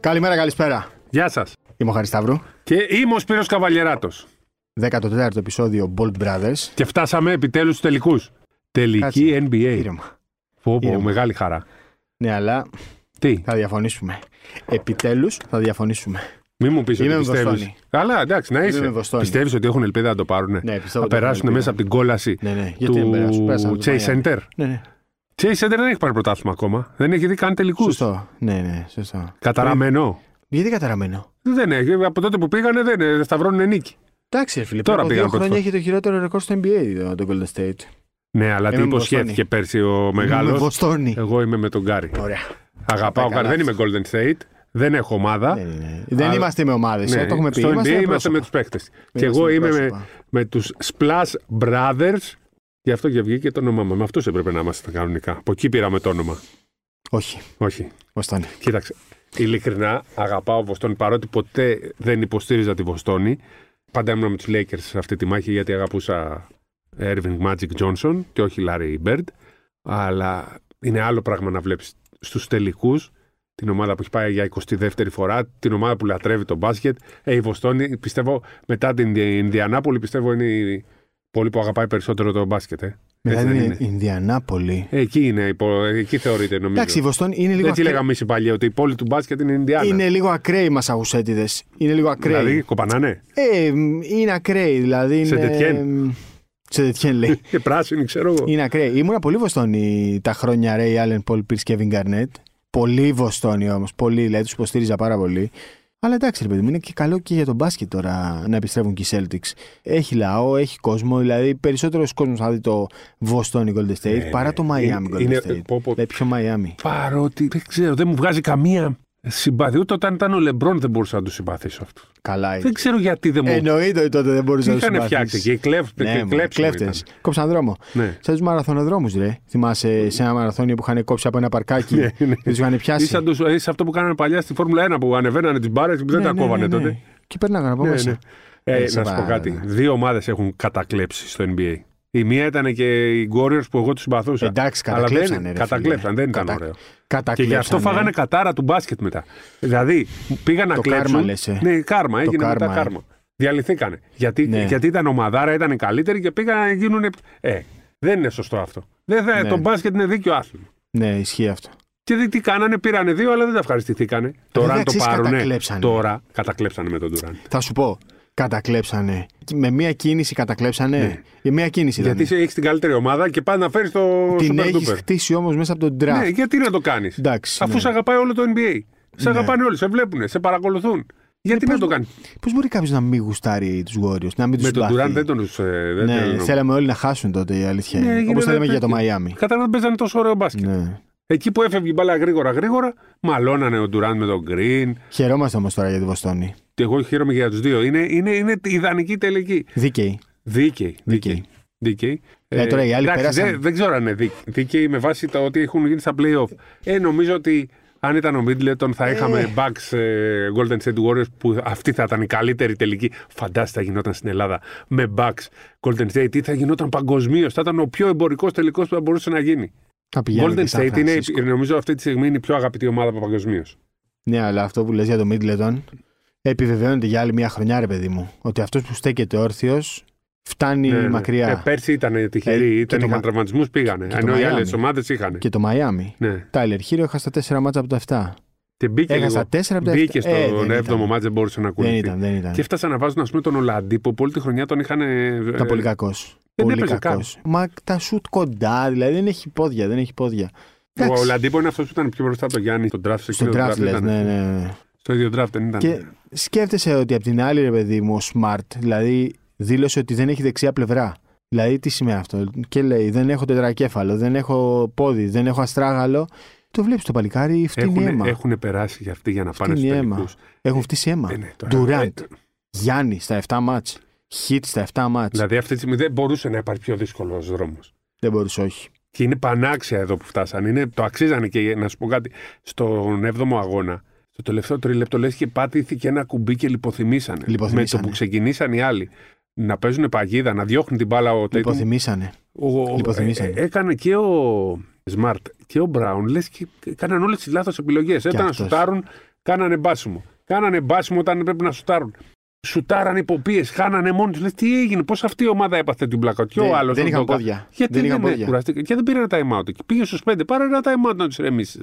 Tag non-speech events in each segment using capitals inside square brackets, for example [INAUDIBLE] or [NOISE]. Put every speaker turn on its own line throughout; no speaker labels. Καλημέρα, καλησπέρα.
Γεια σας.
Είμαι ο Χαρί Σταύρου.
Και είμαι ο Σπύρος Καβαλιεράτος.
14ο επεισόδιο Bold Brothers.
Και φτάσαμε επιτέλους στους τελικούς. Τελική
Κάτσε.
NBA.
Ήρεμα.
Πω, πω,
ήρεμα.
μεγάλη χαρά.
Ναι, αλλά
Τι,
θα διαφωνήσουμε. Επιτέλους θα διαφωνήσουμε.
μη μου πεις ότι
Είμαι με
πιστεύεις.
βοστόνη.
Καλά, εντάξει, να
με
είσαι.
βοστόνη.
Πιστεύεις ότι έχουν ελπίδα να το πάρουν.
Ναι, πιστεύω
θα
ότι
περάσουν
έχουν ελπίδα.
μέσα από την κόλαση
Ναι, ναι. Γιατί δεν περάσουν, πέρασαν
του
από το
Chase
Miami.
Center.
Ναι, ναι.
Chase Center δεν έχει πάρει πρωτάθλημα ακόμα. Δεν έχει δει καν τελικούς.
Σωστό. Ναι, ναι, σωστό.
Καταραμένο.
Γιατί καταραμένο.
Δεν έχει. Από τότε που πήγανε δεν δεν σταυρώνουν νίκη.
Εντάξει, ρε φίλε.
Τώρα
πριν από δύο
πήγαν πρώτη
χρόνια έχει το χειρότερο ρεκόρ στο NBA το, το Golden State.
Ναι, αλλά τι
Είμαι με
υποσχέθηκε
βοστόνη.
πέρσι ο
Είμαι
μεγάλος.
Βοστόνη.
Εγώ είμαι με τον Γκάρι.
Ωραία.
Αγαπάω.
Τα καλά
Δεν είμαι
σας.
Golden State. Δεν έχω ομάδα.
Ναι, ναι, ναι. Δεν
Αλλά-
είμαστε με ομάδες.
Ναι,
το έχουμε πει.
στο
Είμαστε
NBA
με
είμαστε με
πρόσωπα.
τους παίκτες. Και
Είμαστε
εγώ
με
είμαι με,
πρόσωπα.
με τους Splash Brothers. Γι' αυτό και βγήκε το όνομά μου. Με αυτούς έπρεπε να είμαστε κανονικά. Από εκεί πήραμε το όνομα.
Όχι.
Όχι.
Βοστόνη.
Κοίταξε. Ειλικρινά αγαπάω Βοστόνη. Παρότι ποτέ δεν υποστήριζα τη Βοστόνη. Πάντα ήμουν με τους Lakers σε αυτή τη μάχη γιατί αγαπούσα Irving Magic Johnson και όχι Larry Bird. Αλλά είναι άλλο πράγμα να βλέπεις στους τελικούς την ομάδα που έχει πάει για 22η φορά, την ομάδα που λατρεύει το μπάσκετ. Ε, η Βοστόνη, πιστεύω, μετά την Ινδια- Ινδιανάπολη, πιστεύω είναι η πόλη που αγαπάει περισσότερο το μπάσκετ. Ε.
Μετά
Έτσι δεν
την
είναι.
Ινδιανάπολη.
Ε, Εκεί είναι, η πο- εκεί θεωρείται νομίζω.
Εντάξει, η Βοστόνη είναι λίγο.
Έτσι
ακρι-
λέγαμε εμείς οι παλιοί, ότι η πόλη του μπάσκετ είναι η Ινδιάνα.
Είναι λίγο ακραίοι μασαγουσέτιδε. Είναι λίγο ακραίοι.
Δηλαδή, κοπανάνε.
Ε, μ, είναι ακραίοι, δηλαδή. Είναι...
Σε Τετιέν.
μ, Σε Τετιέν
[LAUGHS]
λέει.
Και πράσινη, ξέρω εγώ.
είναι ακραίοι. Ήμουνα πολύ βοστόνη τα χρόνια Ρέι Άλεν, Πολ Πίρ, Κέβιν Γκαρνέτ. Πολύ βοστόνη όμως. Πολύ, δηλαδή τους υποστήριζα πάρα πολύ. Αλλά εντάξει, ρε παιδί μου, είναι και καλό και για τον μπάσκετ τώρα να επιστρέφουν και οι Celtics. Έχει λαό, έχει κόσμο. Δηλαδή, περισσότερος κόσμος θα δει το Βοστόνη Golden State
ναι.
παρά το Miami
Είναι-
Golden
είναι-
State.
πω, πω.
Δηλαδή, πιο Miami.
Παρότι δεν ξέρω, δεν μου βγάζει καμία συμπάθεια. Ούτε όταν ήταν ο Λεμπρόν δεν μπορούσα να τους συμπαθήσω αυτούς.
Καλά. είναι.
Δεν ξέρω γιατί δεν μου.
Εννοείται ότι τότε δεν μπορούσες
τι
να το
είχαν
συμπαθείς.
φτιάξει και οι κλέφ,
Ναι,
και κλέφτε.
κλέφτε. Κόψαν δρόμο.
Ναι.
Σαν τους μαραθωνοδρόμους, ρε. Θυμάσαι σε ένα μαραθώνιο που είχαν κόψει από ένα παρκάκι
Ναι, ναι.
και τους είχαν
Ή
πιάσει.
σαν τους- ή σαν αυτό που κάνανε παλιά στη Φόρμουλα 1 που ανεβαίνανε τις μπάρες και δεν
Ναι,
τα
ναι,
κόβανε
ναι, ναι.
τότε.
Και περνάγανε από
Ναι,
μέσα.
ναι. Ε, ναι.
Ε, σε
να σου πω
πάρα-
κάτι. Δύο ομάδες έχουν κατακλέψει στο NBA. Η μία ήταν και οι Warriors που εγώ τους συμπαθούσα.
Εντάξει,
Αλλά δεν-
κατακλέψανε, ρε, φίλε.
κατακλέψαν, δεν ήταν
Κατα-
ωραίο. Και
Κατακλέψανε.
γι' αυτό φάγανε κατάρα του μπάσκετ μετά. Δηλαδή, πήγαν να
Το
κλέψουν.
κάρμα, λες, ε.
Ναι, κάρμα, έγινε
κάρμα,
μετά
ε.
κάρμα. Διαλυθήκανε. Γιατί,
Ναι.
γιατί ήταν ομαδάρα, ήταν οι καλύτεροι και πήγαν να γίνουν. Ε, δεν είναι σωστό αυτό. Δεν θα,
Ναι.
Το μπάσκετ είναι δίκιο άθλημα.
Ναι, ισχύει αυτό.
Και δι, τι κάνανε, πήρανε δύο, αλλά δεν τα ευχαριστηθήκανε. Τώρα, αν το
ξέρεις,
πάρουνε,
κατακλέψανε. Ναι.
Τώρα κατακλέψανε με τον Τουράν.
Θα σου πω. Κατακλέψανε. Με μία κίνηση κατακλέψανε. Η μία κίνηση
Ναι. Γιατί
ήταν.
έχεις την καλύτερη ομάδα και πας να φέρεις το
Την
Super
έχεις
Duper.
χτίσει όμως μέσα από τον draft.
Ναι, γιατί να το κάνεις.
Εντάξει,
Αφού
ναι.
σε αγαπάει όλο το NBA. Σε
Ναι. Ε,
αγαπάνε όλοι, σε βλέπουν, σε παρακολουθούν. Γιατί να
πώς-
το κάνεις.
Πώς μπορεί κάποιος να μην γουστάρει τους Warriors, να μην του
Με τον Τουράν δεν τον. ε, δεν
Ναι,
τον-
θέλαμε όλοι να χάσουν τότε η αλήθεια.
Ναι,
Όπω
γίνεται
θέλαμε και για το
τέτοιο.
Miami.
Κατά να παίζανε τόσο ωραίο μπάσκετ.
Ναι.
Εκεί που έφευγε η μπάλα γρήγορα γρήγορα, μαλώνανε ο Ντουράν με τον Green.
Χαιρόμαστε όμως τώρα για τη Βοστόνη.
Και εγώ χαίρομαι και για τους δύο. Είναι, είναι, είναι ιδανική τελική.
Δίκαιη.
Δίκαιη.
Δίκαιη.
δίκαιη.
Ε, τώρα οι άλλοι
εντάξει,
πέρασαν.
δεν, δεν ξέρω αν είναι δίκ, δίκαιοι με βάση τα ότι έχουν γίνει στα playoff. Ε, νομίζω ότι αν ήταν ο Μίτλετον θα είχαμε Bucks ε, Golden State Warriors που αυτή θα ήταν η καλύτερη τελική. Φαντάστα γινόταν στην Ελλάδα με Bucks Golden State ή θα γινόταν παγκοσμίως. Θα ήταν ο πιο εμπορικός τελικός που θα μπορούσε να γίνει.
Θα πηγαίνουν
Golden
και San
State είναι,
Francisco.
νομίζω αυτή τη στιγμή είναι η πιο αγαπητή ομάδα από παγκοσμίως.
Ναι, αλλά αυτό που λες για το Middleton επιβεβαιώνεται για άλλη μια χρονιά, ρε παιδί μου. Ότι αυτός που στέκεται όρθιος φτάνει μακριά.
Ε, πέρσι ήταν
Ε,
τυχεροί,
και
ήταν,
το
είχαν
Μα-
τραυματισμούς, πήγανε.
και το
Ενώ οι
Miami.
άλλες ομάδες είχαν.
Και το Miami.
Ναι.
Τάιλερ Χίρο έχασα 4 μάτσα από τα 7.
Και μπήκε,
Έχασα
λίγο,
4 από τα 7.
μπήκε
Ε, δεν
στον
ήταν.
7ο μάτζ, δεν μπορούσε να
Δεν
ακολουθεί.
ήταν, ναι. δεν ήταν.
Και έφτασαν να βάζουν, ας πούμε, τον Ολαντίπο που όλη τη χρονιά τον είχαν. ε,
Ήταν πολύ κακός. Πολύ
έπαιζε
κακό. Μα τα σουτ κοντά, δηλαδή δεν έχει πόδια, δεν έχει πόδια.
Ο
Εντάξει,
Ολαντίπο είναι αυτός που ήταν πιο μπροστά από τον Γιάννη, τον draft.
Στον draft λες, ναι, ναι, ναι.
Στο ίδιο draft δεν ήταν.
Και σκέφτεσαι ότι απ' την άλλη, ρε παιδί μου, ο Smart, δηλαδή δήλωσε ότι δεν έχει δεξιά πλευρά. Δηλαδή, τι σημαίνει αυτό. Και λέει, δεν έχω τετρακέφαλο, δεν έχω πόδι, δεν έχω αστράγαλο. Το βλέπεις το παλικάρι, φτύνει
Έχουν,
αίμα.
έχουν περάσει για αυτοί για να πάνε στου
Φτύνει αίμα.
τελικούς.
Έχουν φτύσει αίμα.
Ε, ναι,
Durant, Γιάννη στα 7 μάτς, Χιτ στα 7 μάτς.
Δηλαδή αυτή τη στιγμή δεν μπορούσε να υπάρχει πιο δύσκολος δρόμος.
Δεν μπορούσε, όχι.
Και είναι πανάξια εδώ που φτάσαν. Είναι, το αξίζανε και να σου πω κάτι. Στον 7ο αγώνα, στο τελευταίο τρίλεπτο, λες και πάτηθηκε ένα κουμπί και λιποθυμήσανε.
Λιποθυμήσανε.
Με το που ξεκινήσαν οι άλλοι να παίζουν παγίδα, να διώχνουν την μπάλα ο Tatum,
Υποθυμήσανε.
ο- ο-
λιποθυμήσανε.
ε, έκανε και ο Σμαρτ και ο Μπράουν. Λες και έκαναν όλες τις λάθος επιλογές. Ήταν να
αυτός.
σουτάρουν, Κάνανε μπάσιμο. Κάνανε μπάσιμο όταν πρέπει να σουτάρουν. Σουτάρανε υποπίες, χάνανε μόνοι τους. Λες τι έγινε, πώς αυτή η ομάδα έπαθε την πλάκα. Και ο
Δεν-
άλλος.
δεν είχαν πόδια.
Γιατί
Δεν
δεν,
είχαν
ναι,
πόδια.
κουραστήκαν. Και δεν πήρε ένα time out. Και πήγε στους πέντε, πάρε ένα time out να τους ρεμίσεις.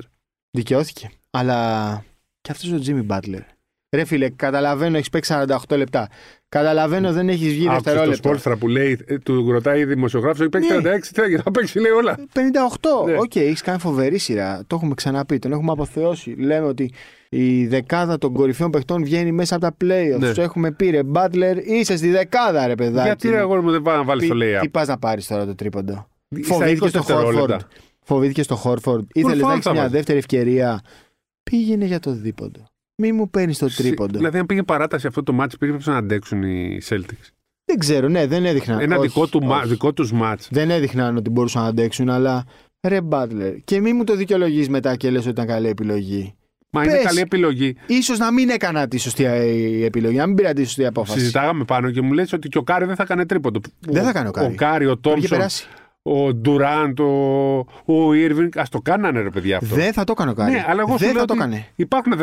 Δικαιώθηκε. Αλλά και αυτός ο Τζίμι Μπάτλερ. Ρε φίλε, καταλαβαίνω, έχεις παίξει 48 λεπτά. Καταλαβαίνω, δεν έχεις βγει
Άκουσες το
δευτερόλεπτο.
σπόλστρα που λέει, ε, του ρωτάει η δημοσιογράφος, έχει παίξει
Ναι.
36, θέλει να παίξει, λέει όλα.
58.
Ναι.
Οκ, έχεις κάνει φοβερή σειρά. Το έχουμε ξαναπεί, τον έχουμε αποθεώσει. Λέμε ότι η δεκάδα των κορυφαίων παιχτών βγαίνει μέσα από τα playoffs.
Ναι.
Του έχουμε πει ρε Μπάτλερ, είσαι στη δεκάδα ρε παιδάκι.
Γιατί ρε αγόρι μου δεν πάει να βάλει το
Τι
layup.
πας να πάρεις τώρα το τρίποντο.
Στα
Φοβήθηκε
20
στο Χόρφορντ.
δευτερόλεπτα.
Φοβήθηκε στο Χόρφορντ. Ήθελες να
foul
έχεις
θα
μια
βάζει.
δεύτερη ευκαιρία. Πήγαινε για το δίποντο. Μη μου παίρνεις το τρίποντο.
Δηλαδή, αν πήγε παράταση αυτό το μάτσο, περίπου να αντέξουν οι Celtics.
Δεν ξέρω, ναι, δεν έδειχναν.
Ένα
Όχι,
δικό, του,
όχι.
μα- δικό τους μάτς.
Δεν έδειχναν ότι μπορούσαν να αντέξουν, αλλά. Ρε Μπάτλερ. Και μη μου το δικαιολογείς μετά και λες ότι ήταν καλή επιλογή.
Μα
Πες.
είναι καλή επιλογή.
σω να μην έκανα τη σωστή ε, επιλογή, να μην πήρα τη σωστή απόφαση.
Συζητάγαμε πάνω και μου λες ότι και ο Κάρι δεν θα κάνει τρίποντο.
Δεν θα κάνει ο Κάρι.
Ο Κάρι, ο
Το είχε
Τόμψον,
περάσει.
ο Ντουράντ, ο, ο Ήρβινγκ. Ας το κάνανε ρε παιδιά αυτό.
Δεν θα το έκανε ο Κάρι.
Ναι, αλλά εγώ σου
δεν
λέω
θα το
ότι
έκανε.
Υπάρχουν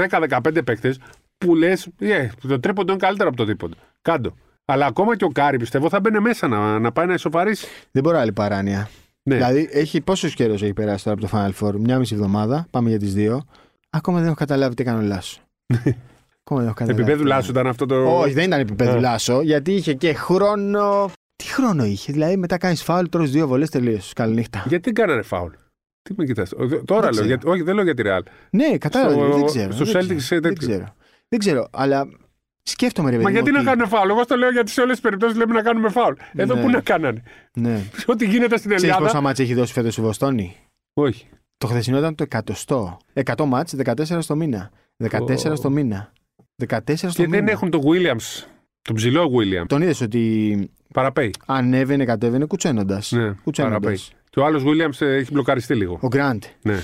10-15 παίκτες που λες: «Ε, Το τρίποντο είναι καλύτερο από το τρίποντο. Κάντο. Αλλά ακόμα και ο Κάρι πιστεύω θα μπαίνει μέσα να, να πάει να ισοφαρίσει.
Δεν μπορώ άλλη παράνοια.
Ναι.
Δηλαδή, έχει, πόσο καιρό έχει περάσει τώρα από το Final Four, μια μισή εβδομάδα, πάμε για τις δύο. Ακόμα δεν έχω καταλάβει τι έκανε ο
[LAUGHS]
Λάσο. Ακόμα δεν έχω καταλάβει.
Επίπεδου
τι
Λάσου ήταν αυτό το.
Όχι, δεν ήταν επίπεδο
Ε.
Λάσο, γιατί είχε και χρόνο. Τι χρόνο είχε, δηλαδή μετά κάνεις φάουλ, τρως δύο βολές, τελείωσες.
[LAUGHS]
Καληνύχτα.
Γιατί δεν κάνανε φάουλ. Τι με κοιτάς. Ο, δε- Τώρα
ξέρω.
λέω. Γιατί, όχι, δεν λέω για τη Ρεάλ.
Ναι, κατάλαβα.
Στο-
δεν ξέρω.
στο
δεν
Celtics
ξέρω,
σε
δεν
τέτοιο.
ξέρω. Δεν ξέρω, αλλά σκέφτομαι ρε παιδί
Μα
μου
γιατί
ότι-
να κάνουν φάουλ. Εγώ στο λέω γιατί σε όλες τις περιπτώσεις λέμε να κάνουμε φάουλ. Εδώ
Ναι.
που να κάνανε. [LAUGHS]
Ναι.
Ό,τι γίνεται στην
Ξέρεις
Ελλάδα.
πόσα μάτσα έχει δώσει φέτος η Βοστόνη.
Όχι.
Το χθεσινό ήταν το 100. 100 μάτς, 14 στο μήνα. 14
Ω.
στο μήνα. 14 στο
Και
μήνα.
δεν έχουν τον Williams. Τον ψηλό Williams.
Τον είδες ότι
Παραπέει.
ανέβαινε, κατέβαινε κουτσένοντας.
Ναι, παραπέει.
κουτσένοντας.
Και ο άλλος Williams ε, έχει μπλοκαριστεί
[LAUGHS]
λίγο.
Ο Γκραντ.
Ναι.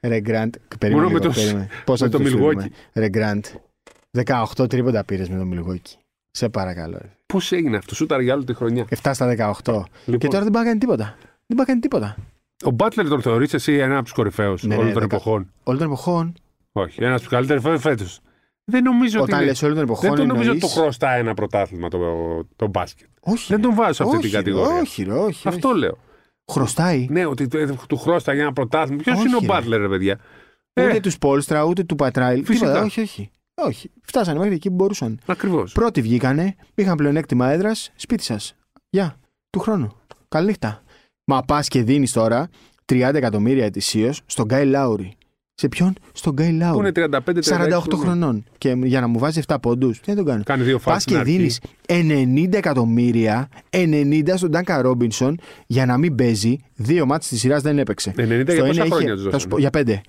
Ρε Γκραντ. Περίμενε
Μόνο με
λίγο,
το-
περίμενε. Πώς θα
με το
τους
Milwaukee.
φέρουμε. Ρε Γκραντ. 18 τρίποντα πήρες με το Μιλγόκι. Σε παρακαλώ. ρε.
Πώς έγινε αυτό, σούταρ για άλλη τη χρονιά.
7 στα 18.
Λοιπόν,
Και τώρα δεν πάει να κάνει τίποτα. Δεν πάει να κάνει τίποτα.
Ο Μπάτλερ τον θεωρείς εσύ ένα από τους κορυφαίους
Ναι,
όλων
ναι,
των
δεκα-
εποχών.
Όλων των εποχών.
Όχι, ένα από τους καλύτερους φέτος. Δεν νομίζω
Όταν
ότι.
λε
είναι-
όλων των
δεν
εποχών.
τον νομίζω ότι
εννοείς-
του χρωστά ένα πρωτάθλημα το, το μπάσκετ.
Όχι.
Δεν τον βάζω σε αυτή
όχι,
την
ρε,
κατηγορία.
Όχι, ρε, όχι.
Αυτό
όχι.
λέω.
Χρωστάει.
Ναι, ότι του, του χρώστα για ένα πρωτάθλημα. Ποιος
Όχι,
είναι ο
ρε.
Μπάτλερ, ρε παιδιά. Ε,
Ούτε του Πόλστρα, ούτε του Πατράιλ.
Φυσικά.
Τίποτα. Όχι, όχι. Όχι. Φτάσανε μέχρι εκεί που μπορούσαν.
Ακριβώς.
Πρώτοι βγήκανε, είχαν πλεονέκτημα έδρας, σπίτι σας. Γεια. Του χρόνου. Καληνύχτα. Μα πας και δίνεις τώρα 30 εκατομμύρια ετησίως στον Γκάι Λάουρι. Σε ποιον? Στον Γκάι
Που
Λάουρι.
είναι 35-38
48 χρονών. Και για να μου βάζει 7 πόντους, τι να τον κάνω.
ναι. Κάνει δύο
Πας
φάσεις.
και δίνει 90 εκατομμύρια, 90 στον Ντάνκα Ρόμπινσον για να μην παίζει. Δύο μάτς της σειράς δεν έπαιξε.
90 για
Στο ένα
πόσα
είχε-
χρόνια τους
θα σου πω,
δώσανε.
για πέντε.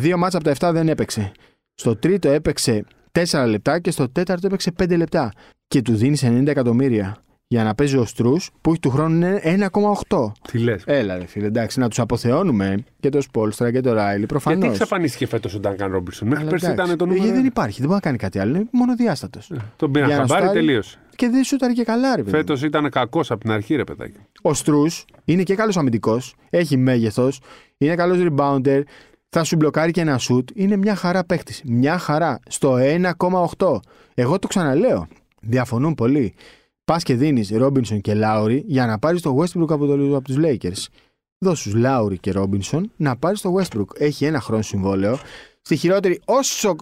Δύο μάτσα από τα 7 δεν έπαιξε. Στο τρίτο έπαιξε 4 λεπτά και στο τέταρτο έπαιξε 5 λεπτά. Και του δίνεις 90 εκατομμύρια για να παίζει ο Στρούς που έχει του χρόνου είναι 1,8.
Τι λες.
Έλα, ρε φίλε, εντάξει, να τους αποθεώνουμε και το Σπόλστρα και το Ράιλι προφανώ.
Γιατί εξαφανίστηκε φέτος ο Ντάνκαν Ρόμπινσον. Μέχρι πέρσι ήταν το νούμερο.
Ε, δεν
ένα. Ναι.
υπάρχει, δεν μπορεί να κάνει κάτι άλλο. Είναι μονοδιάστατος.
Τον πήραν
Για να
χαμπάρι,
στάρει.
τελείωσε.
Και δεν σούταρε και καλά, ρε παιδί.
Φέτος ήταν κακός από την αρχή, ρε παιδάκι.
Ο Στρούς είναι και καλός αμυντικός. Έχει μέγεθος. Είναι καλός rebounder. Θα σου μπλοκάρει και ένα σουτ. Είναι μια χαρά παίχτη. Μια χαρά. Στο 1,8. Εγώ το ξαναλέω. Διαφωνούν πολλοί. Πας και δίνεις Ρόμπινσον και Λάουρι για να πάρεις το Westbrook από, το, από τους Lakers. Δώσ' τους Λάουρι και Ρόμπινσον να πάρεις το Westbrook. Έχει ένα χρόνο συμβόλαιο. Στη χειρότερη, όσο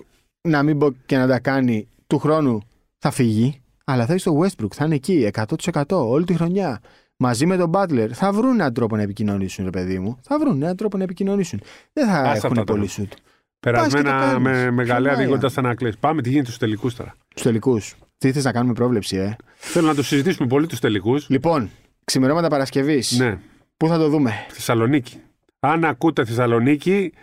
να μην πω και να τα κάνει του χρόνου, θα φύγει. Αλλά θα έχει το Westbrook. Θα είναι εκεί 100% όλη τη χρονιά μαζί με τον Butler θα βρουν έναν τρόπο να επικοινωνήσουν, ρε παιδί μου. Θα βρουν έναν τρόπο να επικοινωνήσουν. Δεν θα
Άσε
έχουν
αυτά τώρα.
πολύ σουτ. Πας και το
Περασμένα
κάνεις. ε.
με μεγαλέα
Χαμάια.
ανοίγοντα τα να κλαις. Πάμε, τι γίνεται στους τελικούς τώρα.
Του τελικούς. Τι θες να κάνουμε πρόβλεψη, ε.
Θέλω να το συζητήσουμε πολύ τους τελικούς.
Λοιπόν, ξημερώματα Παρασκευής.
Ναι,
Πού θα το δούμε.
Θεσσαλονίκη. Αν ακούτε Θεσσαλονίκη,
Δεν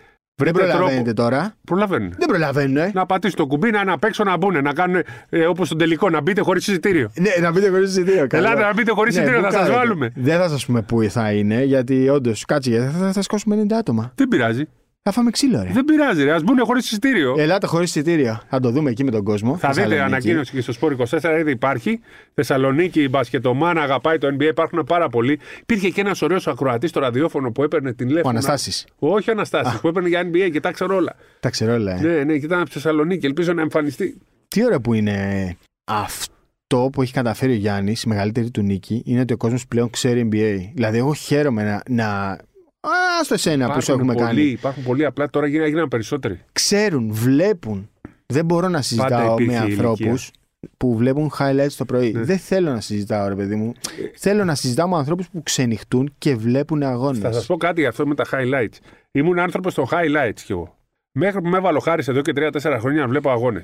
βρείτε τρόπο.
προλαβαίνετε τώρα.
Προλαβαίνουν.
Δεν προλαβαίνουν, ε.
Να πατήσουν το κουμπί, να είναι απ' έξω να μπουν, να κάνουν ε, όπως τον τελικό, να μπείτε χωρίς συζητήριο.
Ναι, να μπείτε χωρίς εισιτήριο. καλό.
Ελάτε να μπείτε χωρίς
Ναι,
εισιτήριο, θα σα
μπουκάρετε.
βάλουμε.
Δεν θα σας πούμε πού θα είναι, γιατί όντως κάτσε, γιατί θα, θα, θα σκόσουμε 90 άτομα.
Δεν πειράζει.
Θα φάμε ξύλο, ρε.
Δεν πειράζει, ρε. Ας μπουν χωρίς εισιτήριο.
Ελάτε χωρίς εισιτήρια. Θα το δούμε εκεί με τον κόσμο.
Θα δείτε
Ε, Θεσσαλονίκη.
ανακοίνωση και στο Σπόρ 24, ήδη υπάρχει. Θεσσαλονίκη, η μπασκετομάνα, αγαπάει το NBA, υπάρχουν πάρα πολλοί. Υπήρχε και ένας ωραίος ακροατής στο ραδιόφωνο που έπαιρνε την
Ο
τηλέφωνα.
Αναστάσης.
Όχι ο Αναστάσης, που έπαιρνε για NBA και τα ξέρω όλα.
Τα ξέρω όλα. ε.
Ναι, ναι, και ήταν από τη Θεσσαλονίκη, ελπίζω να εμφανιστεί.
Τι ώρα που είναι αυτό που έχει καταφέρει ο Γιάννης, η μεγαλύτερη του νίκη, είναι ότι ο κόσμος πλέον ξέρει NBA. Δηλαδή, εγώ χαίρομαι να. να... Α το εσένα που σου έχουμε
πολλοί,
κάνει.
υπάρχουν πολλοί, απλά τώρα γίνα- έγιναν περισσότεροι.
Ξέρουν, βλέπουν. Δεν μπορώ να συζητάω με
υπήρχε η
ανθρώπου
ηλικία. Ναι.
που βλέπουν highlights το πρωί. Δεν θέλω να συζητάω, ρε παιδί μου. Θέλω να συζητάω με ανθρώπους που ξενυχτούν και βλέπουν αγώνες.
Θα σας πω κάτι για αυτό με τα highlights. Ήμουν άνθρωπος στο highlights κι εγώ. Μέχρι που με έβαλε ο Χάρης εδώ και 3-4 χρόνια να βλέπω αγώνες.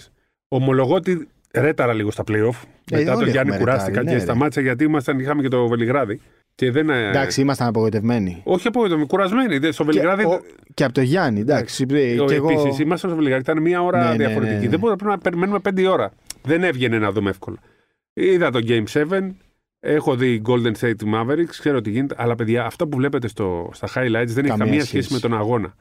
Ομολογώ ότι ρέταρα λίγο στα playoff. Μετά
Ε, όλοι
τον Γιάννη
έχουμε
κουράστηκα
ρετάρει,
και
ναι, ρε.
σταμάτησα γιατί ήμασταν, είχαμε και το Βελιγράδι. Και δεν. ε,
Εντάξει, ήμασταν απογοητευμένοι.
Όχι από εδώ, κουρασμένοι. δε- Ναι. Στο
Και,
Βελιγράδι.
ο- και από το Γιάννη, εντάξει. ε, και εγώ-
Επίσης, ήμασταν στο Βελιγράδι, ήταν μία ώρα
Ναι, ναι, ναι,
διαφορετική.
ναι.
Δεν μπορούμε να περιμένουμε πέντε ώρα. Δεν έβγαινε να δούμε εύκολα. Είδα το Game 7. Έχω δει Golden State Mavericks, ξέρω τι γίνεται. Αλλά παιδιά, αυτά που βλέπετε στο, στα highlights δεν έχει
Καμία
καμία σχέση.
σχέση.
με τον αγώνα.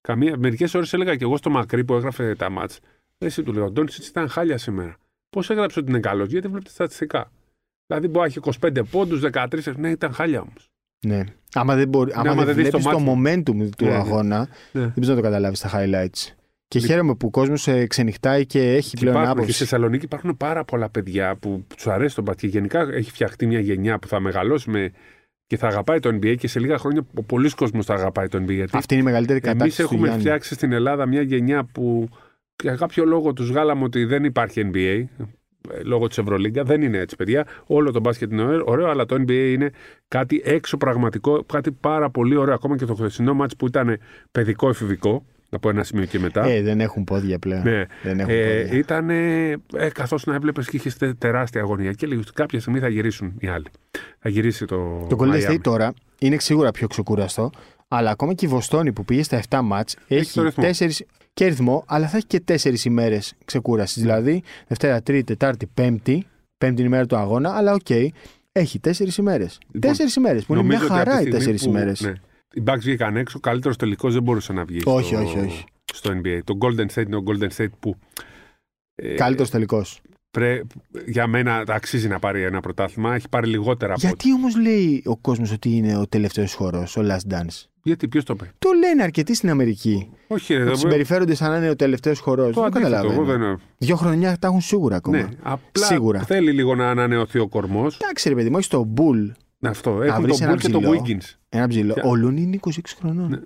Καμία, μερικές ώρες έλεγα και εγώ στο Μακρύ που έγραφε τα μάτς. Εσύ του λέω, Ντόνι, ήταν χάλια σήμερα. Πώς έγραψε ότι είναι καλός, γιατί βλέπετε στατιστικά. Δηλαδή, μπορεί να έχει 25 πόντους, 13. Ναι, ήταν χάλια όμως.
Ναι. Άμα δεν, μπορεί, άμα
άμα
δεν
δεν δεις
βλέπεις
το
το,
μάτι.
momentum του
Ναι, ναι.
αγώνα,
Ναι.
δεν μπορεί να το καταλάβεις στα highlights. Και
Λοιπόν.
χαίρομαι που ο κόσμος ε, ξενυχτάει και έχει
Και
πλέον
υπάρχουν και στη
άποψη.
Θεσσαλονίκη υπάρχουν πάρα πολλά παιδιά που τους αρέσει το μπάσκετ. Γενικά έχει φτιαχτεί μια γενιά που θα μεγαλώσει με και θα αγαπάει το NBA και σε λίγα χρόνια πολλοί κόσμοι θα αγαπάει το NBA. Γιατί
Αυτή είναι η μεγαλύτερη
εμείς
κατάκτηση του
έχουμε
Γιάννη.
φτιάξει στην Ελλάδα μια γενιά που για κάποιο λόγο τους βγάλαμε ότι δεν υπάρχει NBA ε, λόγω της Ευρωλίγκα. Δεν είναι έτσι, παιδιά. Όλο το μπάσκετ είναι ωραίο- ωραίο, αλλά το NBA είναι κάτι έξω πραγματικό, κάτι πάρα πολύ ωραίο. Ακόμα και το χθεσινό μάτς που ήταν παιδικό-εφηβικό από ένα σημείο και μετά.
Ε, δεν έχουν πόδια πλέον.
Ναι.
Δεν έχουν
Ε,
πόδια.
ήταν ε, καθώς να έβλεπες και είχες τε- τεράστια αγωνία και λέγεις ότι κάποια στιγμή θα γυρίσουν οι άλλοι. Θα γυρίσει το
Το Golden
Miami.
State τώρα είναι σίγουρα πιο ξεκούραστο, αλλά ακόμα και η Βοστόνη που πήγε στα 7 μάτς έχει
το ρυθμό.
4 και ρυθμό, αλλά θα έχει και 4 ημέρες ξεκούρασης. Δηλαδή, Δευτέρα, Τρίτη, Τετάρτη, Πέμπτη, Πέμπτη είναι η μέρα του αγώνα, αλλά οκ, έχει 4 ημέρες.
Λοιπόν,
4 ημέρες, που είναι μια
Νομίζω ότι
χαρά
από
οι
τη
4
στιγμή που-
ημέρες.
Ναι. Οι Bucks βγήκαν έξω, καλύτερος τελικός δεν μπορούσε να βγει
Όχι,
στο,
όχι, όχι.
στο NBA. Το Golden State είναι ο Golden State που ε,
Καλύτερος τελικός.
πρέ- για μένα αξίζει να πάρει ένα πρωτάθλημα. Έχει πάρει λιγότερα από ό,τι.
Γιατί όμως λέει ο κόσμος ότι είναι ο τελευταίος χορό, ο last dance.
Γιατί ποιος το είπε.
Το λένε αρκετοί στην Αμερική.
Όχι, ρε,
Ότι
το,
συμπεριφέρονται σαν να είναι ο τελευταίος χορό.
Ε, το
Δεν
αντίθετο. εγώ
καταλαβαίνω.
δεν-
Δύο χρονιά τα έχουν σίγουρα ακόμα.
Ναι, απλά
Σίγουρα.
θέλει λίγο να ανανεωθεί ο κορμός.
Εντάξει, ρε παιδί μου, έχει το Bull.
Αυτό. Έχουν
βρεις
τον
ένα
Bull και τον
ψηλό.
Wiggins.
Ένα ψηλό.
Ποια?
Ο Λουν είναι 26 χρονών.
Ναι.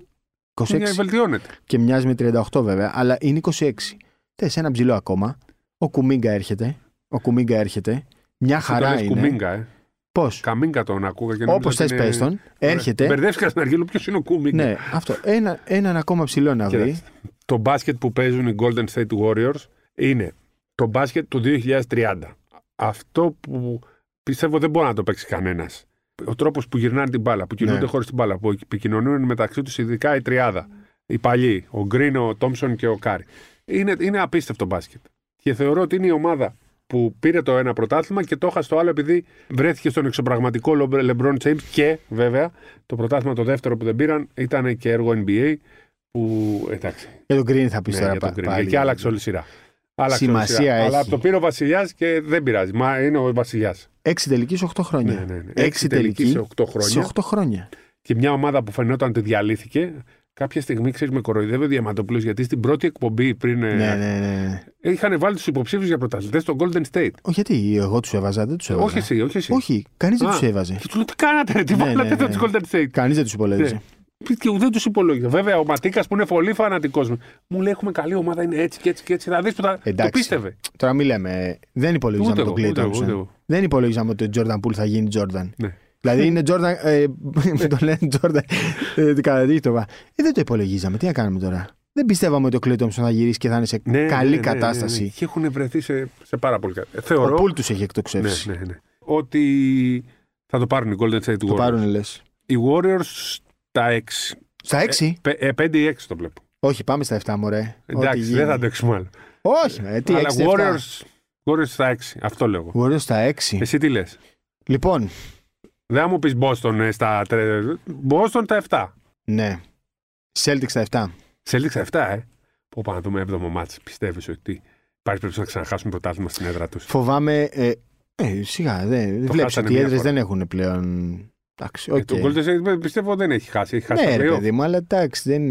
26.
Ναι, βελτιώνεται.
Και μοιάζει με 38 βέβαια, αλλά είναι 26. Θες ένα ψηλό ακόμα. Ο Κουμίγκα έρχεται. Ο Κουμίγκα έρχεται. Μια
Τον
χαρά
λες
είναι.
Κουμίγκα, ε.
Πώς.
Καμίγκα τον ακούγα και
Όπω
νόμιζα
θε,
ότι είναι-
πες τον.
Ωραία.
Έρχεται.
Μπερδεύτηκα στην αρχή, λέω ποιος είναι ο Κούμιγκα.
Ναι, αυτό. Ένα, έναν ακόμα ψηλό να βρει.
Κοίταξε. Το μπάσκετ που παίζουν οι Golden State Warriors είναι το μπάσκετ του 2030. Αυτό που πιστεύω δεν μπορεί να το παίξει κανένας. Ο τρόπος που γυρνάνε την μπάλα, που κινούνται
Ναι.
χωρίς την μπάλα, που επικοινωνούν μεταξύ τους, ειδικά η τριάδα. Οι παλιοί, ο Γκριν, ο Τόμψον και ο Κάρι. Είναι, είναι απίστευτο μπάσκετ. Και θεωρώ ότι είναι η ομάδα που πήρε το ένα πρωτάθλημα και το έχασε το άλλο επειδή βρέθηκε στον εξωπραγματικό Λομπρ- LeBron James και βέβαια το πρωτάθλημα το δεύτερο που δεν πήραν ήταν και έργο NBA που εντάξει.
Για τον Green θα πεις
Ναι,
τώρα
για τον
πα-
Green.
πάλι.
Και άλλαξε όλη η σειρά. Άλλαξε όλη η
Σημασία
σειρά.
έχει.
Αλλά το πήρε ο Βασιλιάς και δεν πειράζει. Μα είναι ο Βασιλιάς.
Έξι τελικής σε 8 χρόνια.
Ναι, ναι, ναι.
Έξι τελική
σε 8
Σε
χρόνια.
8 χρόνια.
Και μια ομάδα που φαινόταν ότι διαλύθηκε. Κάποια στιγμή, ξέρεις, με κοροϊδεύει ο Διαμαντοπούλος γιατί στην πρώτη εκπομπή πριν. ε,
Ναι, ναι, ναι.
Είχαν βάλει τους υποψήφιους για πρωταθλητές στο Golden State.
Όχι, γιατί εγώ τους έβαζα, δεν τους έβαζα.
Όχι εσύ, όχι εσύ.
Όχι, κανείς δεν
Α.
τους έβαζε.
Και τους λέω τι κάνατε, ρε, τι
Ναι,
βάλατε
ναι,
εδώ
ναι.
τους Golden State.
Κανείς δεν τους υπολέγησε.
Ναι. Και δεν του υπολόγιζα. Βέβαια, ο Ματίκας που είναι πολύ φανατικός μου λέει: Έχουμε καλή ομάδα, είναι έτσι και έτσι και έτσι. Θα δεις που θα.
Εντάξει.
Το πίστευε.
Τώρα μην λέμε. ε, Δεν υπολογίζαμε
Ούτε
τον
εγώ,
Clay
ούτε εγώ,
Thompson.
ούτε εγώ.
Δεν υπολογίζαμε ότι ο Jordan Poole θα γίνει Jordan.
Ναι.
Δηλαδή
[LAUGHS]
είναι Jordan. Ε, με το λένε Jordan. ε, τι Κατά τι το είπα. Ε, δεν το υπολογίζαμε. Τι να κάνουμε τώρα. Δεν πιστεύαμε ότι ο Clay Thompson θα γυρίσει και θα είναι σε
Ναι,
καλή
ναι, ναι, ναι, ναι.
κατάσταση.
Και έχουν βρεθεί σε, σε πάρα πολύ καλά.
Ο
Θεωρώ
Poole τους έχει
ναι,
εκτοξεύσει.
ναι, ναι. ότι θα το πάρουν οι Golden State
Το
ναι, Warriors.
πάρουν λες.
Οι Warriors τα 6.
Στα 6.
5 ή 6 το βλέπω.
Όχι, πάμε στα 7, μωρέ. Ό,τι
Ε, Εντάξει,
γίνει.
δεν θα αντέξουμε άλλο.
Όχι, ε, τι
Αλλά
6, 7.
Warriors, Warriors στα 6. Αυτό λέω εγώ.
Warriors στα 6.
Εσύ τι λες.
Λοιπόν,
Δεν θα μου πεις Boston ε, στα. τρε- Boston τα 7.
ναι. Celtics στα 7.
Celtics 7, ε. Πω πάμε να δούμε 7ο μάτς. Πιστεύεις ότι υπάρχει περίπτωση να ξαναχάσουν πρωτάθλημα στην έδρα τους.
Φοβάμαι. Ε, ε, σιγά, δεν. Βλέπεις
χάσανε
ότι οι
μία
έδρες
φορά.
δεν έχουν πλέον. Εντάξει,
Ε,
οκ.
Το Golden State πιστεύω δεν έχει χάσει. Έχει χάσει
Ναι,
τα
ρε
play-off.
παιδί μου, αλλά εντάξει, δεν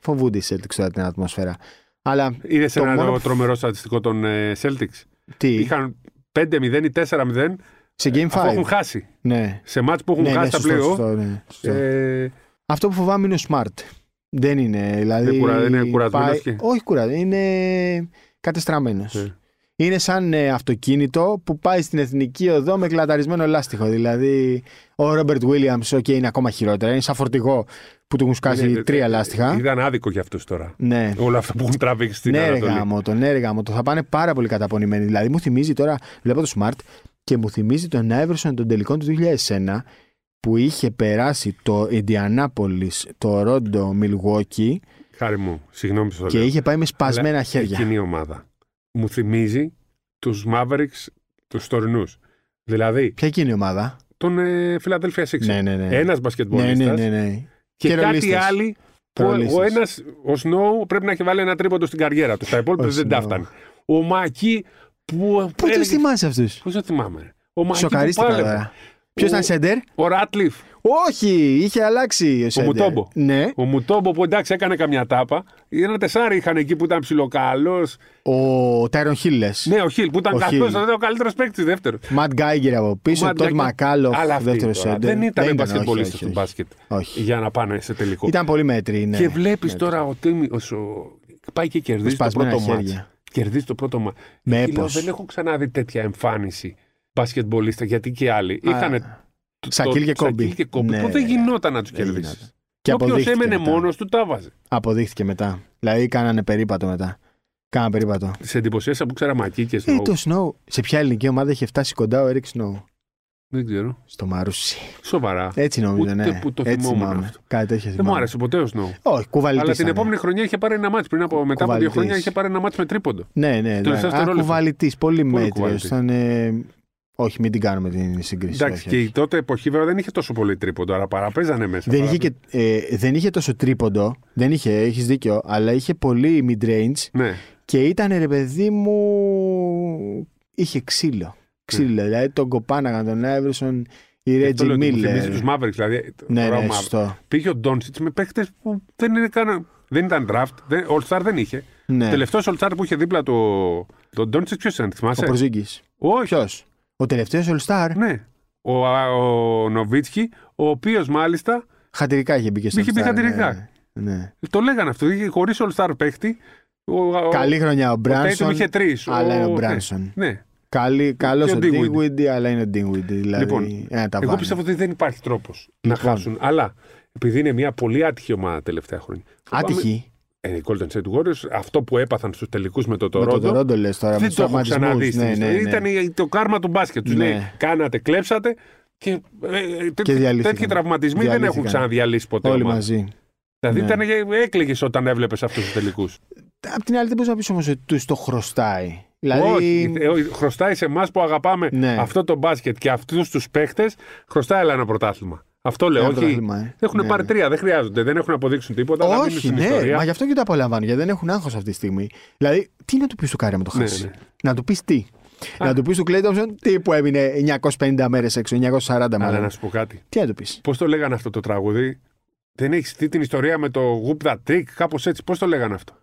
φοβούνται οι Celtics τώρα την ατμόσφαιρα. Αλλά
Είδες
Το
ένα
μόνο
το
που-
τρομερό στατιστικό των ε, Celtics.
τι,
Είχαν 5-0 ή 4-0
σε Game
αφού
5.
έχουν χάσει.
Ναι.
Σε μάτς που έχουν
ναι, ναι,
χάσει τα
σωστό,
πλέον.
σωστό, ναι, σωστό.
Ε,
Αυτό που φοβάμαι είναι ο Smart. Δεν είναι. Δηλαδή,
Δεν κουρα- δεν είναι κουρασμένος και-
Όχι κουρασμένο, είναι κατεστραμμένος.
Ναι.
Είναι σαν ε, αυτοκίνητο που πάει στην εθνική οδό με κλαταρισμένο λάστιχο. Δηλαδή, ο Ρόμπερτ Βίλιαμ, OK, είναι ακόμα χειρότερα. Είναι σαν φορτηγό που του έχουν σκάσει
είναι-
τρία
ε,
λάστιχα.
Ήταν άδικο για αυτούς τώρα.
Ναι.
Όλα αυτά που έχουν τραβήξει στην
Ναι, ρε
Ανατολή.
γάμο, το ναι, ρε γάμο, το θα πάνε πάρα πολύ καταπονημένοι. Δηλαδή, μου θυμίζει τώρα, βλέπω το Smart και μου θυμίζει τον Άιβερσον των τελικών του 2001 που είχε περάσει το Ιντιανάπολη, το Ρόντο, Μιλγόκι
Χάρη μου, συγγνώμη που το
και
λέω.
είχε πάει με σπασμένα χέρια.
Εκείνη η ομάδα μου θυμίζει τους Mavericks τους τωρινούς. Δηλαδή
Ποια εκείνη η ομάδα.
τον ε, Philadelphia Six.
Ναι, ναι, ναι.
Ένας
ναι,
μπασκετμπολίστας
ναι, ναι, ναι.
και,
Και ρολίστες.
κάτι άλλοι που ο
Ρολίστες.
ένας, ο Snow, πρέπει να έχει βάλει ένα τρίποντο στην καριέρα του. Τα υπόλοιπα
Ο
δεν
Snow.
τα φτάνει. Ο Μακί που.
Πού τους θυμάσαι αυτούς.
Πώς δεν θυμάμαι. ρε. Ο Μακί που
Σοκαρίστηκα
πάλευε.
τώρα. Ποιο
Ο-
ήταν σέντερ.
Ο Ράτλιφ.
Όχι, είχε αλλάξει ο σέντερ.
Μουτόμπο.
Ναι.
Ο Μουτόμπο που εντάξει έκανε καμιά τάπα. Ένα τεσάρι είχαν εκεί που ήταν ψιλοκαλό.
Ο Τάιρον Χίλε.
Ναι, ο Χιλ που ήταν
Ο
καλό.
Hill.
Ο καλύτερος παίκτης δεύτερος.
Ματ Γκάιγκερ από πίσω,
Μαντ
Τότ
Γκάιγκερ.
Μακάλοφ,
Αλλά αυτοί
δεύτερος
τώρα
σέντερ.
Δεν ήταν
όχι,
μπασκετμπολίστε
όχι,
του
όχι.
μπάσκετ
Όχι.
για να πάνε σε τελικό.
Ήταν πολύ μέτρη, ναι.
Και βλέπεις
Ναι,
τώρα ο Τίμι. ο Σο- Πάει και κερδίζει το
σπασμένα
πρώτο μάτι.
χέρια.
Κερδίζει το πρώτο μάτι.
Με
Και λέω,
έπος.
Δεν έχω ξαναδεί τέτοια εμφάνιση μπασκετμπολίστα γιατί και άλλοι.
Α,
Είχαν
Σακίλ και Κόμπι.
και Κόμπι
Ναι,
που δεν
ναι,
γινόταν να τους
δεν
κερδίσεις.
γινόταν. Και
Όποιος
αποδείχθηκε
έμενε
μετά.
μόνος του τα βάζε.
Αποδείχθηκε μετά. Δηλαδή κάνανε περίπατο μετά. Κάνανε περίπατο.
Σε εντυπωσίασα που ξέρα Μακί και
Ε,
Snow.
το Snow. Σε ποια ελληνική ομάδα είχε φτάσει κοντά ο Eric Snow.
Δεν ξέρω.
Στο Μαρούσι.
Σοβαρά.
Έτσι νομίζω,
Ούτε
ναι.
που το
Έτσι
θυμόμουν
θυμάμαι.
αυτό.
Κάτι τέτοιο
Δεν μου
θυμάμαι.
άρεσε ποτέ ο Snow.
Όχι, κουβαλητή.
Αλλά την επόμενη χρονιά είχε πάρει ένα μάτσο. Πριν από, μετά από δύο
Κουβαλητής.
χρόνια είχε πάρει ένα μάτσο με τρίποντο.
Ναι, ναι.
Το
ναι.
δεύτερο
Α,
ρόλο.
κουβαλητής. Πολύ μέτριος.
κουβαλητής.
Ήταν. ε, Όχι, μην την κάνουμε την σύγκριση.
Εντάξει,
όχι,
και
όχι.
η τότε εποχή βέβαια δεν είχε τόσο πολύ τρίποντο, αλλά παραπέζανε μέσα.
Δεν είχε,
Παραπέ-
και, ε, δεν είχε τόσο τρίποντο. Δεν είχε, έχεις δίκιο. Αλλά είχε πολύ mid-range.
Ναι.
Και ήταν ρε παιδί μου. Είχε ξύλο. Ξύλο.
Ναι.
Δηλαδή τον Κοπάναγαν, τον Άιβερσον, η
Γι' αυτό
Ρέτζι
λέω ότι μου θυμίζει
Μίλλερ.
τους Mavericks. Δηλαδή,
ε. Ναι,
τώρα ο
ναι,
Mavericks.
σωστό.
Πήγε ο Ντόνσιτ με παίχτες που δεν, είναι καν, δεν ήταν draft. Δεν, All Star δεν είχε.
Ναι.
Τελευταίος All Star που είχε δίπλα το, τον Ντόνσιτ, ποιος ήταν,
Ο
θυμάσαι.
Προζήγκη.
Όχι.
Ποιος. Ο τελευταίος All-Star.
ε. Ναι. Ο, α, ο Νοβίτσκι, ο οποίος μάλιστα
Χατηρικά είχε μπει και στο
Είχε μπει
All-Star,
χατηρικά.
Ναι. ναι.
το λέγανε αυτό. Είχε χωρίς All Star παίχτη. Ο, ο,
Καλή χρονιά ο
ο Tatum
Μπράνσον.
είχε τρεις.
Αλλά είναι ο Μπράνσον.
Ναι. ναι.
Καλή, καλός
Και
ο
ο Dinwiddie.
Ντίγουιντι, αλλά είναι ο Ντίγουιντι. Δηλαδή,
Λοιπόν,
ένα ταβάνι.
Εγώ πιστεύω ότι δεν υπάρχει τρόπος να
Λοιπόν.
χάσουν. Αλλά επειδή είναι μια πολύ άτυχη ομάδα τα τελευταία χρόνια.
Άτυχη.
Ε, οι Golden State Warriors, αυτό που έπαθαν στους τελικούς με το
Με το
Toronto,
Τορόντο λες τώρα. με
δεν
τους
το έχω ξαναδεί.
τραυματισμούς.
στην
Ε, Ναι, ναι,
ιστορία.
ναι.
Ήταν η- το κάρμα του μπάσκετ. Τους
Ναι.
λέει: Κάνατε, κλέψατε και, ε, ε, τέτοι-
διαλύθηκαν.
τέτοιοι τραυματισμοί δεν έχουν
Διαλύθηκαν.
ξαναδιαλύσει ποτέ.
Όλοι
ομάδα.
μαζί. ναι.
Δηλαδή ήταν έκλαιγες όταν έβλεπες αυτούς τους τελικούς.
Απ' την άλλη, δεν μπορεί να πεις όμως ότι τους το χρωστάει.
Όχι,
Δηλαδή.
ε, όχι, χρωστάει σε εμάς που αγαπάμε
Ναι.
αυτό το μπάσκετ και αυτούς τους παίχτε, χρωστάει άλλα ένα πρωτάθλημα. Αυτό λέω.
Ένα
Όχι,
πρωτάθλημα, ε.
έχουν
Ναι,
πάρει
ναι.
τρία, δεν χρειάζονται, δεν έχουν αποδείξουν τίποτα. να μείνουν
Όχι,
στην
ναι,
ιστορία.
μα γι' αυτό και το απολαμβάνουν, γιατί δεν έχουν άγχος αυτή τη στιγμή. Δηλαδή, τι να του πεις του Κάρι άμα το
Ναι,
χάσεις.
ναι.
Να του πεις τι. Να του πεις του Κλέιντομψον τι που έμεινε 950 μέρες έξω, 940
Αλλά
μάλλον.
να σου πω κάτι.
Τι να του πεις.
Πώς το λέγανε αυτό το τραγούδι. Δεν έχεις δει την ιστορία με το Whoop That Trick, κάπως έτσι. Πώς το λέγανε αυτό.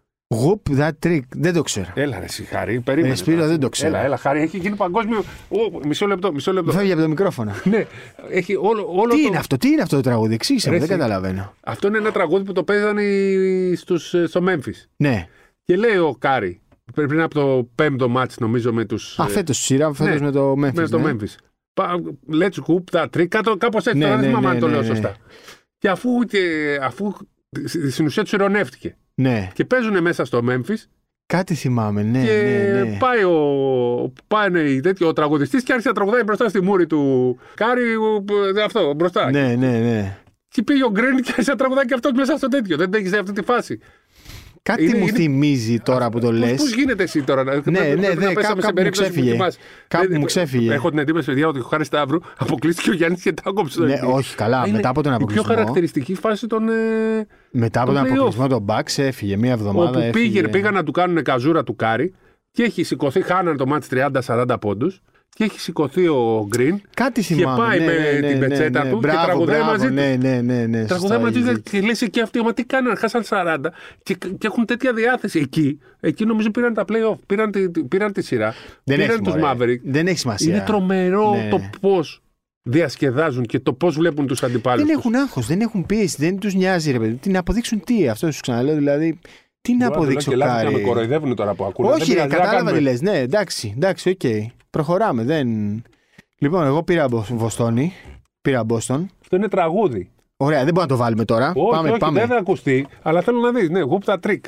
Whoop that trick. Δεν το ξέρω.
Έλα, ρε, εσύ, Χάρη, περίμενε.
Ε, Σπύρο, δεν το ξέρω.
Έλα, έλα, Χάρη, έχει γίνει παγκόσμιο. Ω, μισό λεπτό, μισό λεπτό.
Φεύγει από το μικρόφωνο.
ναι, έχει όλο, όλο
τι
το...
είναι αυτό, τι είναι αυτό το τραγούδι, εξήγησε
Ρε,
μου, δεν
εσύ.
καταλαβαίνω.
Αυτό είναι ένα τραγούδι που το παίζανε οι- στους, ε, στο Memphis.
Ναι.
Και λέει ο Κάρι, πριν πριν από το πέμπτο μάτς νομίζω με τους...
Α,
ε,
φέτος σειρά, φέτο
ναι.
με το Memphis.
με το
ναι.
Memphis. Πα- Let's hoop that trick, κάτω, κάπως έτσι,
Ναι,
τώρα
ναι,
δεν θυμάμαι
ναι,
αν το
ναι,
λέω
ναι.
σωστά. Και αφού, και, αφού στην ουσία τους ειρωνεύτηκε.
Ναι.
Και παίζουν μέσα στο Memphis
Κάτι θυμάμαι, ναι.
και
ναι, ναι.
πάει ο, πάνε οι τέτοιοι- ο τραγουδιστής και άρχισε να τραγουδάει μπροστά στη μούρη του Κάρι, ο- ε, αυτό, μπροστά.
Ναι, ναι, ναι.
Και πήγε ο Γκριν και άρχισε να τραγουδάει και αυτός μέσα στο τέτοιο. Δεν έχεις αυτή τη φάση.
Κάτι
Είναι-
μου
είναι-
θυμίζει τώρα που το λες.
Πώς γίνεται εσύ τώρα να
ναι,
πρέπει
ναι,
να πέσαμε
κάπου-
σε
κάπου μου
περίπτωση που
ξέφυγε.
κοιμάσαι.
Κάπου
Ναι,
μου
ναι,
ξέφυγε.
Έχω την εντύπωση, παιδιά, ότι ο Χάρης Σταύρου αποκλείστηκε ο Γιάννης και τα άκοψε. το
Ναι,
NBA.
όχι, καλά.
Είναι
Μετά από τον
Η πιο
αποκλεισμό.
χαρακτηριστική φάση των. ε,
Μετά από
το
τον
play-off.
αποκλεισμό, τον Bucks έφυγε μία εβδομάδα.
όπου
έφυγε.
πήγε, πήγαν να του κάνουν καζούρα του Κάρι και έχει σηκωθεί, χάνανε το μάτς 30-40 πόντους και έχει σηκωθεί ο Γκριν
Κάτι
και
θυμάμαι.
πάει
ναι,
με
ναι,
την
ναι,
πετσέτα
ναι,
του και
μπράβο,
τραγουδάει
μπράβο,
μαζί τους.
Ναι, ναι, ναι. ναι σωστά,
τραγουδάει μαζί
έχεις
του
δίκιο.
και λες και αυτοί, μα τι κάνανε, χάσαν 40 και, και έχουν τέτοια διάθεση. Εκεί, εκεί νομίζω πήραν τα play-off, πήραν, τη, πήραν τη σειρά,
Δεν
πήραν
έχει,
τους
μωρέ.
Maverick.
Δεν έχει σημασία.
Είναι τρομερό
Ναι.
το πώς διασκεδάζουν και το πώς βλέπουν τους αντιπάλους
Δεν
τους.
έχουν άγχος, δεν έχουν πίεση, δεν τους νοιάζει ρε παιδί. Τι να αποδείξουν τι, αυτό σου ξαναλέω. Δηλαδή, τι να
Μπορεί λέω
αποδείξω
και λάθη και να
κάτι.
με κοροϊδεύουν τώρα που ακούνε.
Όχι,
Δεν
ρε,
πειράζει, να
κατάλαβα
κάνουμε-
τι λες. Ναι, εντάξει, εντάξει, οκ. Προχωράμε. Δεν... Λοιπόν, εγώ πήρα Μπο- Βοστόνη. Πήρα Μπόστον.
Αυτό είναι τραγούδι.
Ωραία, δεν μπορούμε να το βάλουμε τώρα.
Όχι,
πάμε,
όχι,
πάμε.
δεν θα ακουστεί, αλλά θέλω να δεις. Ναι, whoop τα trick.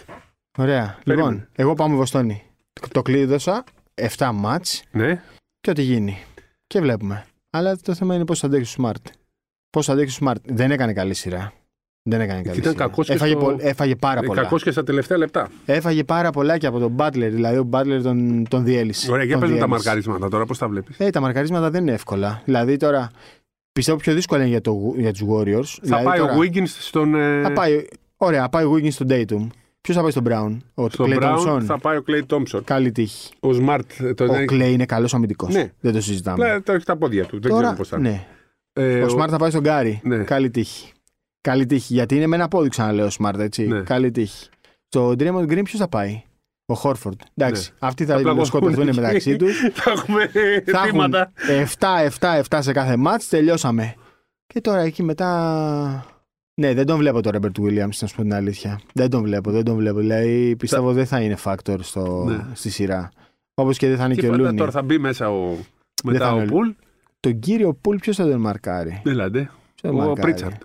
Ωραία.
Περίμενε.
Λοιπόν, εγώ πάμε Βοστόνη. Το- Το κλείδωσα. 7 μάτ
Ναι.
και ό,τι γίνει. Και βλέπουμε. Αλλά το θέμα είναι πώς θα αντέξεις ο Smart. Πώς θα αντέξεις ο Smart. Δεν έκανε καλή σειρά. Δεν έκανε καλή
Ήταν
σειρά.
κακός και
Έφαγε,
στο- Ε,
πο- έφαγε πάρα πολλά.
Κακός και στα τελευταία λεπτά.
Έφαγε πάρα πολλά και από τον Butler. Δηλαδή, ο Butler τον, τον διέλυσε.
Ωραία, για
Τον
πες μου τα
διέλυσε.
μαρκαρίσματα τώρα, πώς τα βλέπεις.
Ε, τα μαρκαρίσματα δεν είναι εύκολα. Δηλαδή τώρα πιστεύω πιο δύσκολα είναι για, το, για τους Warriors.
Θα
δηλαδή,
πάει
τώρα,
ο Wiggins στον. ε,
Θα πάει, ωραία, πάει ο Wiggins στον Dayton. Ποιος θα πάει στον Brown, ο
στον
Clay
Brown,
Thompson.
θα πάει ο Clay Thompson.
Καλή τύχη.
Ο Smart. ε, Το
Ο Clay είναι καλός αμυντικός.
Ναι.
Δεν το συζητάμε.
Απλά τα έχει τα πόδια του. Δεν
τώρα,
ξέρω πώς θα είναι.
ναι.
Ε,
Ο Smart θα πάει στον Κάρι.
Ναι.
Καλή τύχη. Καλή τύχη. Γιατί είναι με ένα πόδι, ξαναλέω, ο Smart, έτσι.
Ναι.
Καλή τύχη. Στο Draymond Green ποιος θα πάει. Ο Χόρφορντ. Εντάξει.
Ναι.
Αυτοί θα
πλαγωθούν
σκοτωθούν
εκεί.
μεταξύ τους.
[LAUGHS] Θα έχουμε
Θα έχουν
θύματα.
7-7-7 σε κάθε μάτς, τελειώσαμε. Και τώρα εκεί μετά... Ναι, δεν τον βλέπω τον Ρέμπερτ Williams, να σου πω την αλήθεια. Δεν τον βλέπω, δεν τον βλέπω. Δηλαδή πιστεύω δεν θα είναι factor στο...
Ναι.
στη σειρά. Όπως και δεν θα είναι και
Και
ο
φαντά
Λούνι.
τώρα θα μπει μέσα ο. Μετά
θα
ο
είναι ο
Πουλ.
Τον κύριο Πουλ ποιος θα τον μαρκάρει.
Έλατε.
Ποιος θα τον
Ο
μαρκάρει?
Πρίτσαρτ.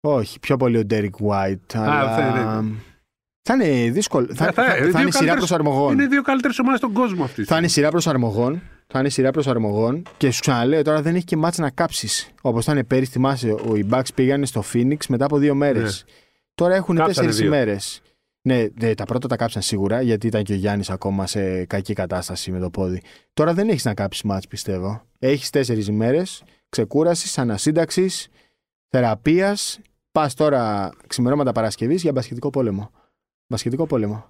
Όχι, πιο πολύ ο Derek White. Αλλά...
θα Ε,
θα είναι δύσκολο. Θα,
Θα-
θα,
είναι
θα
δύο
είναι σειρά
καλύτερες-
προσαρμογών.
Είναι οι δύο καλύτερες ομάδες στον κόσμο αυτής.
Θα είναι σειρά προσαρμογών. Θα είναι σειρά προσαρμογών. Και σου ξαναλέω τώρα δεν έχει και μάτς να κάψεις. Όπως ήταν πέρυσι, θυμάσαι, ο οι Bucks πήγανε στο Phoenix μετά από δύο μέρες.
Ναι.
Τώρα έχουν
Κάψανε
τέσσερις
δύο.
ημέρες. Ναι, ναι, τα πρώτα τα κάψαν σίγουρα γιατί ήταν και ο Γιάννης ακόμα σε κακή κατάσταση με το πόδι. Τώρα δεν έχεις να κάψεις μάτς πιστεύω. Έχεις τέσσερις ημέρες ξεκούρασης, ανασύνταξης, θεραπείας. Πας τώρα ξημερώματα Παρασκευής για μπασκετικό πόλεμο. Μπασκετικό πόλεμο.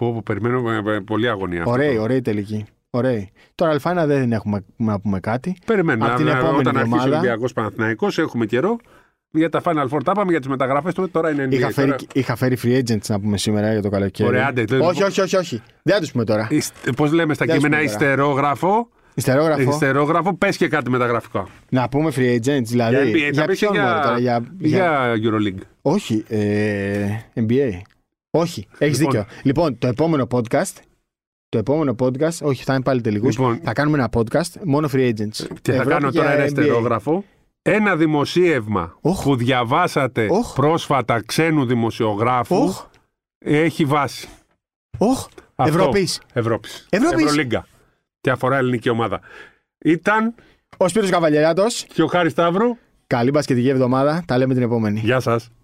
Πω, πω, Περιμένω ε, ε, πολύ αγωνία.
Ωραίοι, ωραίοι τελικοί. Ωραίοι. Τώρα Αλφάνα δεν έχουμε να πούμε κάτι.
Περιμένουμε.
Απ' την
Να-
επόμενη
ε, όταν αρχίσει ο
εβδομάδα.
Ολυμπιακός Παναθυναϊκό, έχουμε καιρό. Για τα Final Four τα είπαμε, για τις μεταγραφές του. Τώρα είναι NBA.
Είχα φέρει,
Τώρα...
είχα φέρει free agents να πούμε σήμερα για το καλοκαίρι.
Ωραία, άντε, δεν- Ε,
όχι, όχι, όχι, όχι. Δεν θα τους πούμε τώρα.
Πώς λέμε στα
Δεν
κείμενα,
σου τώρα.
ιστερόγραφο.
Ιστερόγραφο.
Ιστερόγραφο, πες και κάτι μεταγραφικό.
Να πούμε free agents, δηλαδή.
NBA, θα πεις και
ποιον
για-
μωρέ τώρα, για, για-
Για Euroleague.
Όχι, ε, NBA. Όχι, έχεις
Λοιπόν.
δίκιο. Λοιπόν, το επόμενο podcast. Το επόμενο podcast, όχι, θα είναι πάλι τελικούς.
Λοιπόν.
θα κάνουμε ένα podcast μόνο free agents.
Και θα
Ευρώπη
κάνω τώρα ένα
NBA.
ιστερόγραφο. Ένα δημοσίευμα
Οχ.
που διαβάσατε
Οχ.
πρόσφατα ξένου δημοσιογράφου
Οχ,
έχει βάση.
οχ,
Αυτό.
Ευρωπής.
Ευρώπης.
Ευρώπης.
Ευρωλίγκα. Και αφορά ελληνική ομάδα. Ήταν
Ο Σπύρος Καβαλιεράτος.
και ο Χάρης Σταύρου.
Καλή μπασκετική εβδομάδα. Τα λέμε την επόμενη.
Γεια σας.